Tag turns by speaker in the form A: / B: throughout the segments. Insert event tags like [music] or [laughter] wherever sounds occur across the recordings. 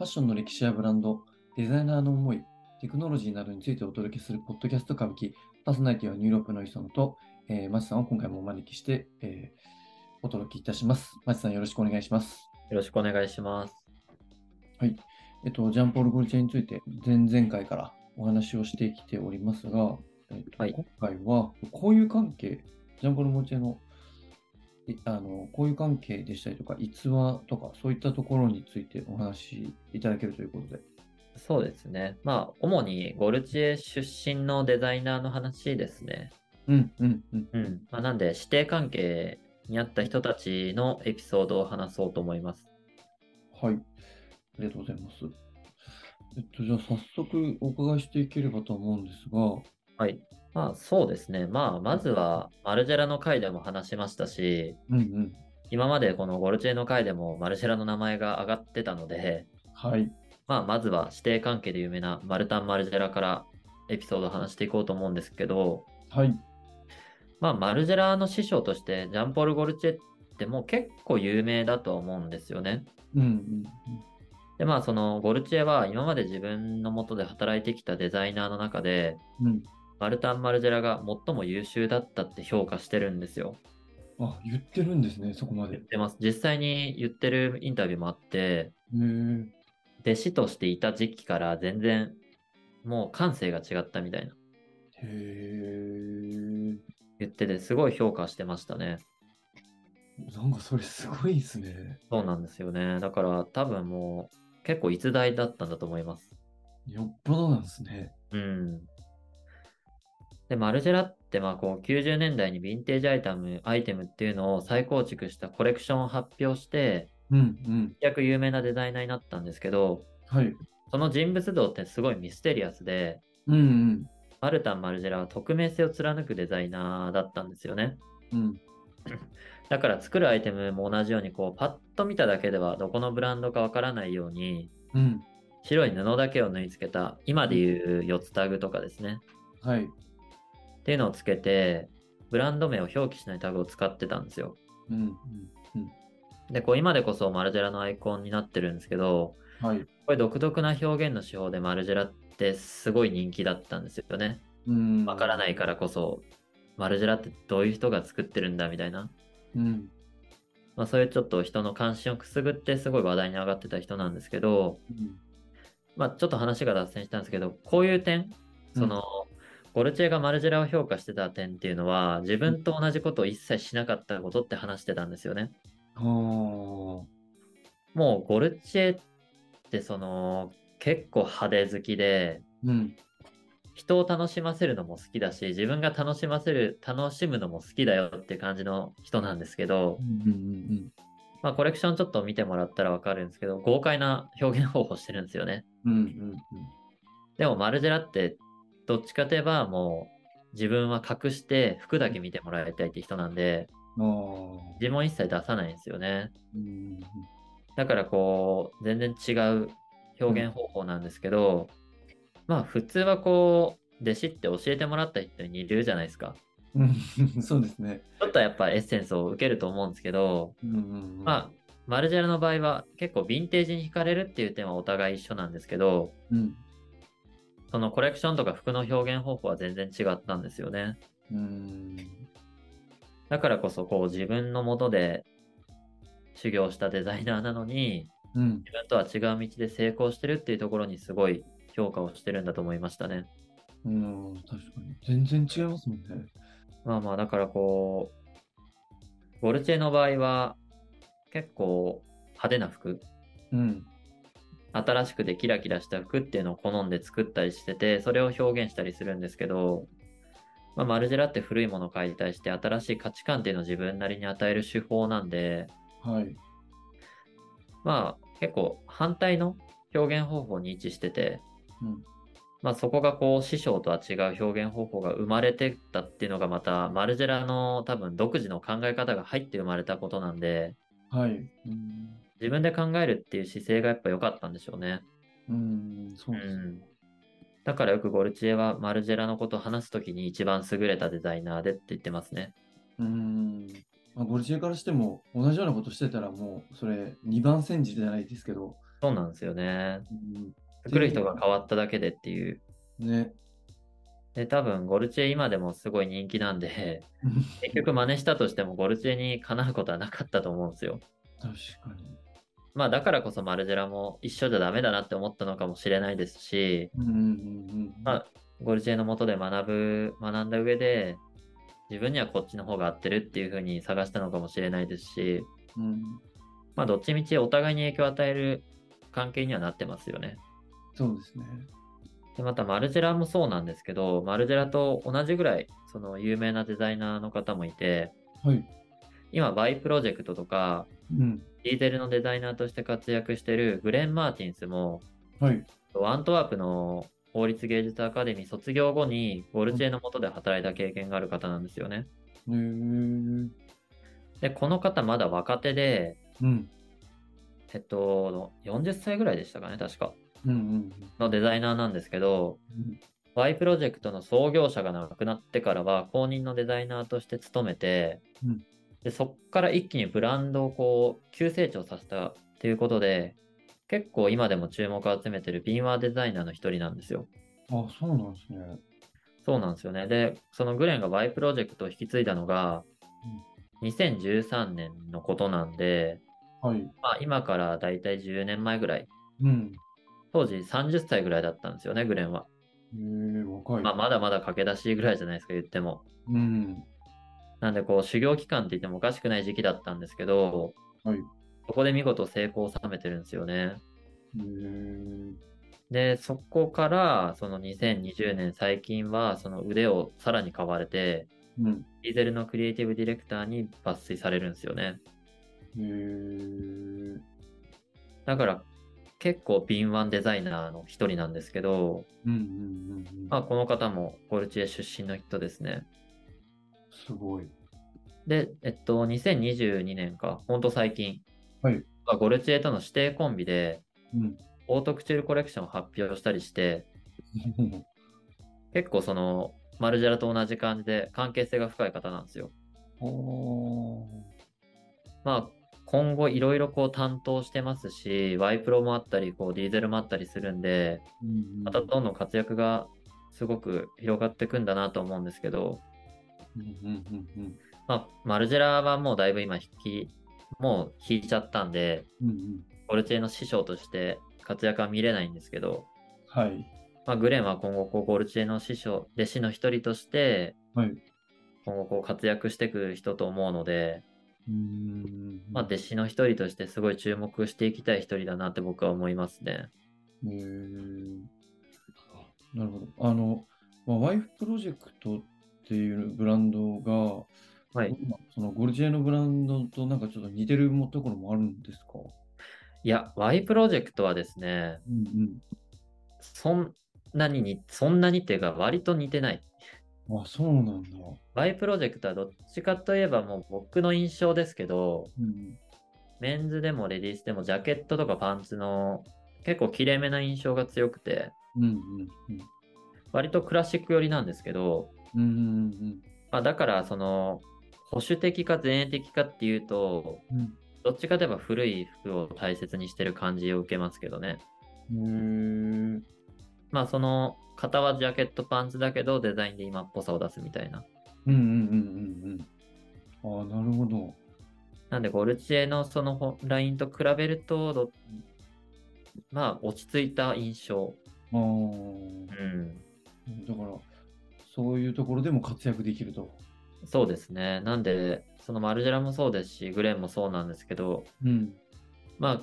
A: ァッションの歴史やブランド、デザイナーの思い、テクノロジーなどについてお届けするポッドキャスト歌舞伎、パーソナリティはニューロープの磯野と、えー、マジさんを今回もお招きして、えーお届けいたします。マジさんよろしくお願いします。
B: よろしくお願いします。
A: えっと、ジャンポール・ゴルチェについて前々回からお話をしてきておりますが、えっと
B: はい
A: 今回は交友関係、ジャンポール・ゴルチェのいあの交友関係でしたりとか、逸話とか、そういったところについてお話しいただけるということで。
B: そうですね。まあ、主にゴルチエ出身のデザイナーの話ですね。
A: うんうんうん。
B: うん。まあ、なんで、師弟関係にあった人たちのエピソードを話そうと思います。
A: はい。ありがとうございます。えっと、じゃあ早速お伺いしていければと思うんですが、
B: はい。まあ、そうですね。まあ、まずは、マルジェラの回でも話しましたし、
A: うんうん。
B: 今までこのゴルチエの回でもマルジェラの名前が上がってたので、
A: はい。
B: まあ、まずは師弟関係で有名なマルタン・マルジェラからエピソードを話していこうと思うんですけど、
A: はい。
B: まあ、マルジェラの師匠としてジャンポール・ゴルチェってもう結構有名だとは思うんですよね。
A: うんうん
B: でまあそのゴルチェは今まで自分の下で働いてきたデザイナーの中で
A: うん。うん。
B: マルタン・マルジェラが最も優秀だったって評価してるんですよ。
A: あ、言ってるんですね、そこまで。
B: 言っ
A: へ
B: てます。実際に言ってるインタビューもあって
A: え。
B: 弟子としていた時期から全然もう感性が違ったみたいな
A: へえ。
B: 言っててすごい評価してましたね。
A: なんかそれすごいですね。
B: そうなんですよね。だから多分もう結構逸材だったんだと思います。
A: よっぽどなんですね。
B: うん。で、マルジェラって、まあ、こう、90年代にヴィンテージアイテム、アイテムっていうのを再構築したコレクションを発表して、
A: うんうん。
B: 一躍有名なデザイナーになったんですけど、
A: はい。
B: その人物像ってすごいミステリアスで、
A: うんうん。
B: マルタン・マルジェラは匿名性を貫くデザイナーだったんですよね。
A: うん。
B: だから作るアイテムも同じように、こう、パッと見ただけではどこのブランドかわからないように、
A: うん。
B: 白い布だけを縫い付けた、今でいう四つタグとかですね。
A: はい。
B: っていうのをつけて、ブランド名を表記しないタグを使ってたんですよ。
A: うんうん。
B: で、こう今でこそマルジェラのアイコンになってるんですけど、
A: はい。
B: これ独特な表現の手法でマルジェラってすごい人気だったんですよね。
A: うん。。
B: わからないいからこそ、マルジェラってどういう人が作ってるんだみたいな。
A: うん。
B: まあそういうちょっと人の関心をくすぐってすごい話題に上がってた人なんですけど、
A: うん。
B: まあちょっと話が脱線したんですけど、こういう点、その、ゴルチェがマルジェラを評価してた点っていうのは、自分と同じことを一切しなかったことって話してたんですよね。
A: は
B: もうゴルチェってその結構派手好きで
A: あ。うん。
B: 人を楽しませるのも好きだし自分が楽しませる楽しむのも好きだよって感じの人なんですけど
A: う、んうんうん
B: まあ、コレクションちょっと見てもらったらわかるんですけど豪快な表現方法してるんですよね
A: うん。うんうん
B: でもマルジェラってどっちかといえばもう自分は隠して服だけ見てもらいたいって人なんで
A: うん。ああ。
B: 自分を一切出さないんですよね
A: うん。
B: だからこう、全然違う表現方法なんですけど、まあ普通はこう、弟子って教えてもらった人に似るじゃないですか。
A: うんそうですね。
B: ちょっとやっぱエッセンスを受けると思うんですけど、
A: うんうんうん、
B: まあ、マルジェラの場合は結構ヴィンテージに惹かれるっていう点はお互い一緒なんですけど、
A: うん。
B: そのコレクションとか服の表現方法は全然違ったんですよね。
A: うん。
B: だからこそこう自分のもとで修行したデザイナーなのに、
A: うん。
B: 自分とは違う道で成功してるっていうところにすごい評価をしてるんだと思いましたね。
A: うん。確かに。全然違いますもんね。
B: まあまあ、だからこう、ゴルチェの場合は、結構派手な服、
A: うん。
B: 新しくでキラキラした服っていうのを好んで作ったりしてて、それを表現したりするんですけど、まあ、マルジェラって古いものを解体して、新しい価値観っていうのを自分なりに与える手法なんで、
A: はい。
B: まあ、結構反対の表現方法に位置してて、
A: うん
B: まあ、そこがこう師匠とは違う表現方法が生まれてったっていうのがまたマルジェラの多分独自の考え方が入って生まれたことなんで
A: はい。うん。
B: 自分で考えるっていう姿勢がやっぱ良かったんでしょうね、
A: うん。そううですね。
B: ん、だからよくゴルチエはマルジェラのことを話すときに一番優れたデザイナーでって言ってますね
A: うん。まあ、ゴルチエからしても、同じようなことしてたら、もう、それ、二番煎じじゃないですけど、
B: そうなんですよね。
A: うん
B: 作る人が変わっただけでっていう。
A: ね。
B: で、多分、ゴルチエ今でもすごい人気なんで、結局真似したとしてもゴルチエにかなうことはなかったと思うんですよ。
A: 確かに。
B: まあ、だからこそマルジェラも一緒じゃダメだなって思ったのかもしれないですし、
A: うんうんうんうん。
B: まあ、ゴルチエのもとで学ぶ、学んだ上で、自分にはこっちの方が合ってるっていう風に探したのかもしれないですし、
A: うん、
B: まあ、どっちみちお互いに影響を与える関係にはなってますよね。
A: そうですね。
B: でまた、マルジェラもそうなんですけど、マルジェラと同じぐらい、その有名なデザイナーの方もいて、
A: はい。
B: 今、バイプロジェクトとか、
A: うん。
B: ディーゼルのデザイナーとして活躍してるグレン・マーティンスも、
A: はい。
B: アントワープの法律芸術アカデミー卒業後に、ゴルチェの下で働いた経験がある方なんですよね。
A: えー、
B: で、この方まだ若手で、
A: うん。
B: えっと、40歳ぐらいでしたかね、確か。
A: うんうん
B: のデザイナーなんですけど、
A: うん。
B: Y プロジェクトの創業者が亡くなってからは公認のデザイナーとして勤めて、
A: うん
B: でそこから一気にブランドをこう急成長させたっていうことで結構今でも注目を集めてる敏腕デザイナーの一人なんですよ。
A: あ、そうなんですね。
B: そうなんですよね。でそのグレンが Y プロジェクトを引き継いだのが2013年のことなんで、
A: はい。
B: まあ、今からだいたい10年前ぐらい
A: うん。
B: 当時30歳ぐらいだったんですよねグレンは。
A: えー、若い。
B: まあ、まだまだ駆け出しぐらいじゃないですか言っても。
A: うん。
B: なんでこう修行期間って言ってもおかしくない時期だったんですけど、
A: はい
B: そこで見事成功を収めてるんですよね。
A: えー、
B: で、そこからその2020年最近はその腕をさらに買われて、
A: うん。
B: ディーゼルのクリエイティブディレクターに抜粋されるんですよね。
A: えー、
B: だから結構敏腕デザイナーの一人なんですけど、
A: うんうんうんうん。
B: まあ、この方もゴルチエ出身の人ですね。
A: すごい。
B: で、えっと、2022年か、ほんと最近、
A: はい
B: まあゴルチエとの指定コンビで、
A: うん。 [laughs]
B: オートクチュールコレクションを発表したりして、結構その、マルジェラと同じ感じで関係性が深い方なんですよ。
A: おー。
B: まあ、今後いろいろこう担当してますし、ワイプロもあったり、こうディーゼルもあったりするんで、
A: うん
B: またどんどん活躍がすごく広がっていくんだなと思うんですけど、
A: うんうんうん
B: まあ、マルジェラはもうだいぶ今引き、もう引いちゃったんで、
A: うん。うんうん。
B: ゴルチェの師匠として活躍は見れないんですけど、
A: はい。
B: まあ、グレンは今後こうゴルチエの師匠弟子の一人として、
A: はい
B: 今後こう活躍していく人と思うので、
A: うん。
B: まあ、弟子の一人としてすごい注目していきたい一人だなって僕は思いますね。
A: えー、なるほど。あの、まあ、ワイフプロジェクトっていうブランドが、
B: はい、
A: 今そのゴルジェのブランドとなんかちょっと似てるもところもあるんですか
B: いや Y プロジェクトはですね
A: うん
B: そんなににそんなにっていうか割と似てない。
A: うん。あ、そうなんだ。
B: Y プロジェクトはどっちかといえばもう僕の印象ですけど
A: うん。
B: メンズでもレディースでもジャケットとかパンツの結構きれいめな印象が強くて
A: うんうんうん。
B: 割とクラシック寄りなんですけど
A: うんうん
B: まあ、だからその保守的か前衛的かっていうと
A: うん
B: どっちかといえば古い服を大切にしてる感じを受けますけどね
A: うん。へえ
B: まあその型はジャケットパンツだけどデザインで今っぽさを出すみたいな
A: うんうんうんうんうん。あ、なるほど。
B: なんでゴルチエのそのラインと比べるとどまあ落ち着いた印象
A: あ
B: う
A: あ、
B: ん
A: だから、そういうところでも活躍できると。
B: そうですねなんでそのマルジェラもそうですしグレンもそうなんですけど
A: うん。
B: まあ、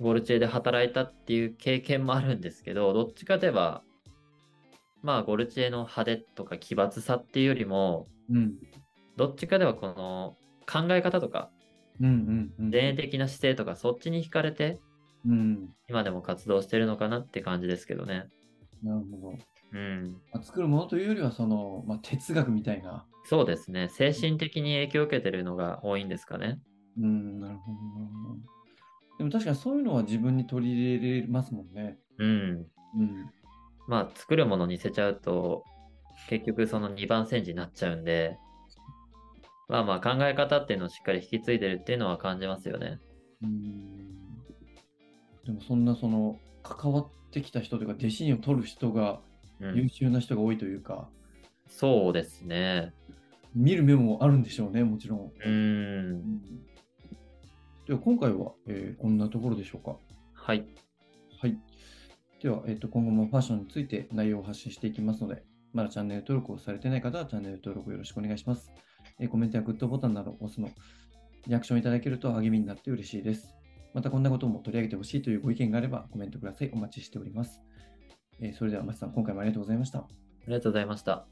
B: ゴルチェで働いたっていう経験もあるんですけど、どっちかといえば、まあ、ゴルチェの派手とか奇抜さっていうよりも、
A: うん。
B: どっちかではこの考え方とか、
A: うんうんうん。
B: 前衛的な姿勢とか、そっちに惹かれて、
A: うん。
B: 今でも活動してるのかなって感じですけどね。
A: なるほど。
B: うん。
A: まあ、作るものというよりは、その、まあ、哲学みたいな。
B: そうですね。精神的に影響を受けてるのが多いんですかね。
A: うん、なるほどな。でも確かにそういうのは自分に取り入れれますもんね。
B: うん。
A: うん。
B: まあ、作るものにせちゃうと、結局その2番煎じになっちゃうんで、まあまあ考え方っていうのをしっかり引き継いでるっていうのは感じますよね。
A: うん。でもそんなその関わってきた人というか弟子を取る人が
B: うん
A: 優秀な人が多いというか、
B: そうですね。
A: 見る目もあるんでしょうね、もちろん。
B: うーん。
A: では今回は、えーこんなところでしょうか。
B: はい。
A: はい。では、えっと今後もファッションについて内容を発信していきますので、まだチャンネル登録をされてない方はチャンネル登録よろしくお願いします。えーコメントやグッドボタンなどを押すの、リアクションいただけると励みになって嬉しいです。またこんなことも取り上げてほしいというご意見があればコメントください。お待ちしております。えーそれでは、まちさん、今回もありがとうございました。
B: ありがとうございました。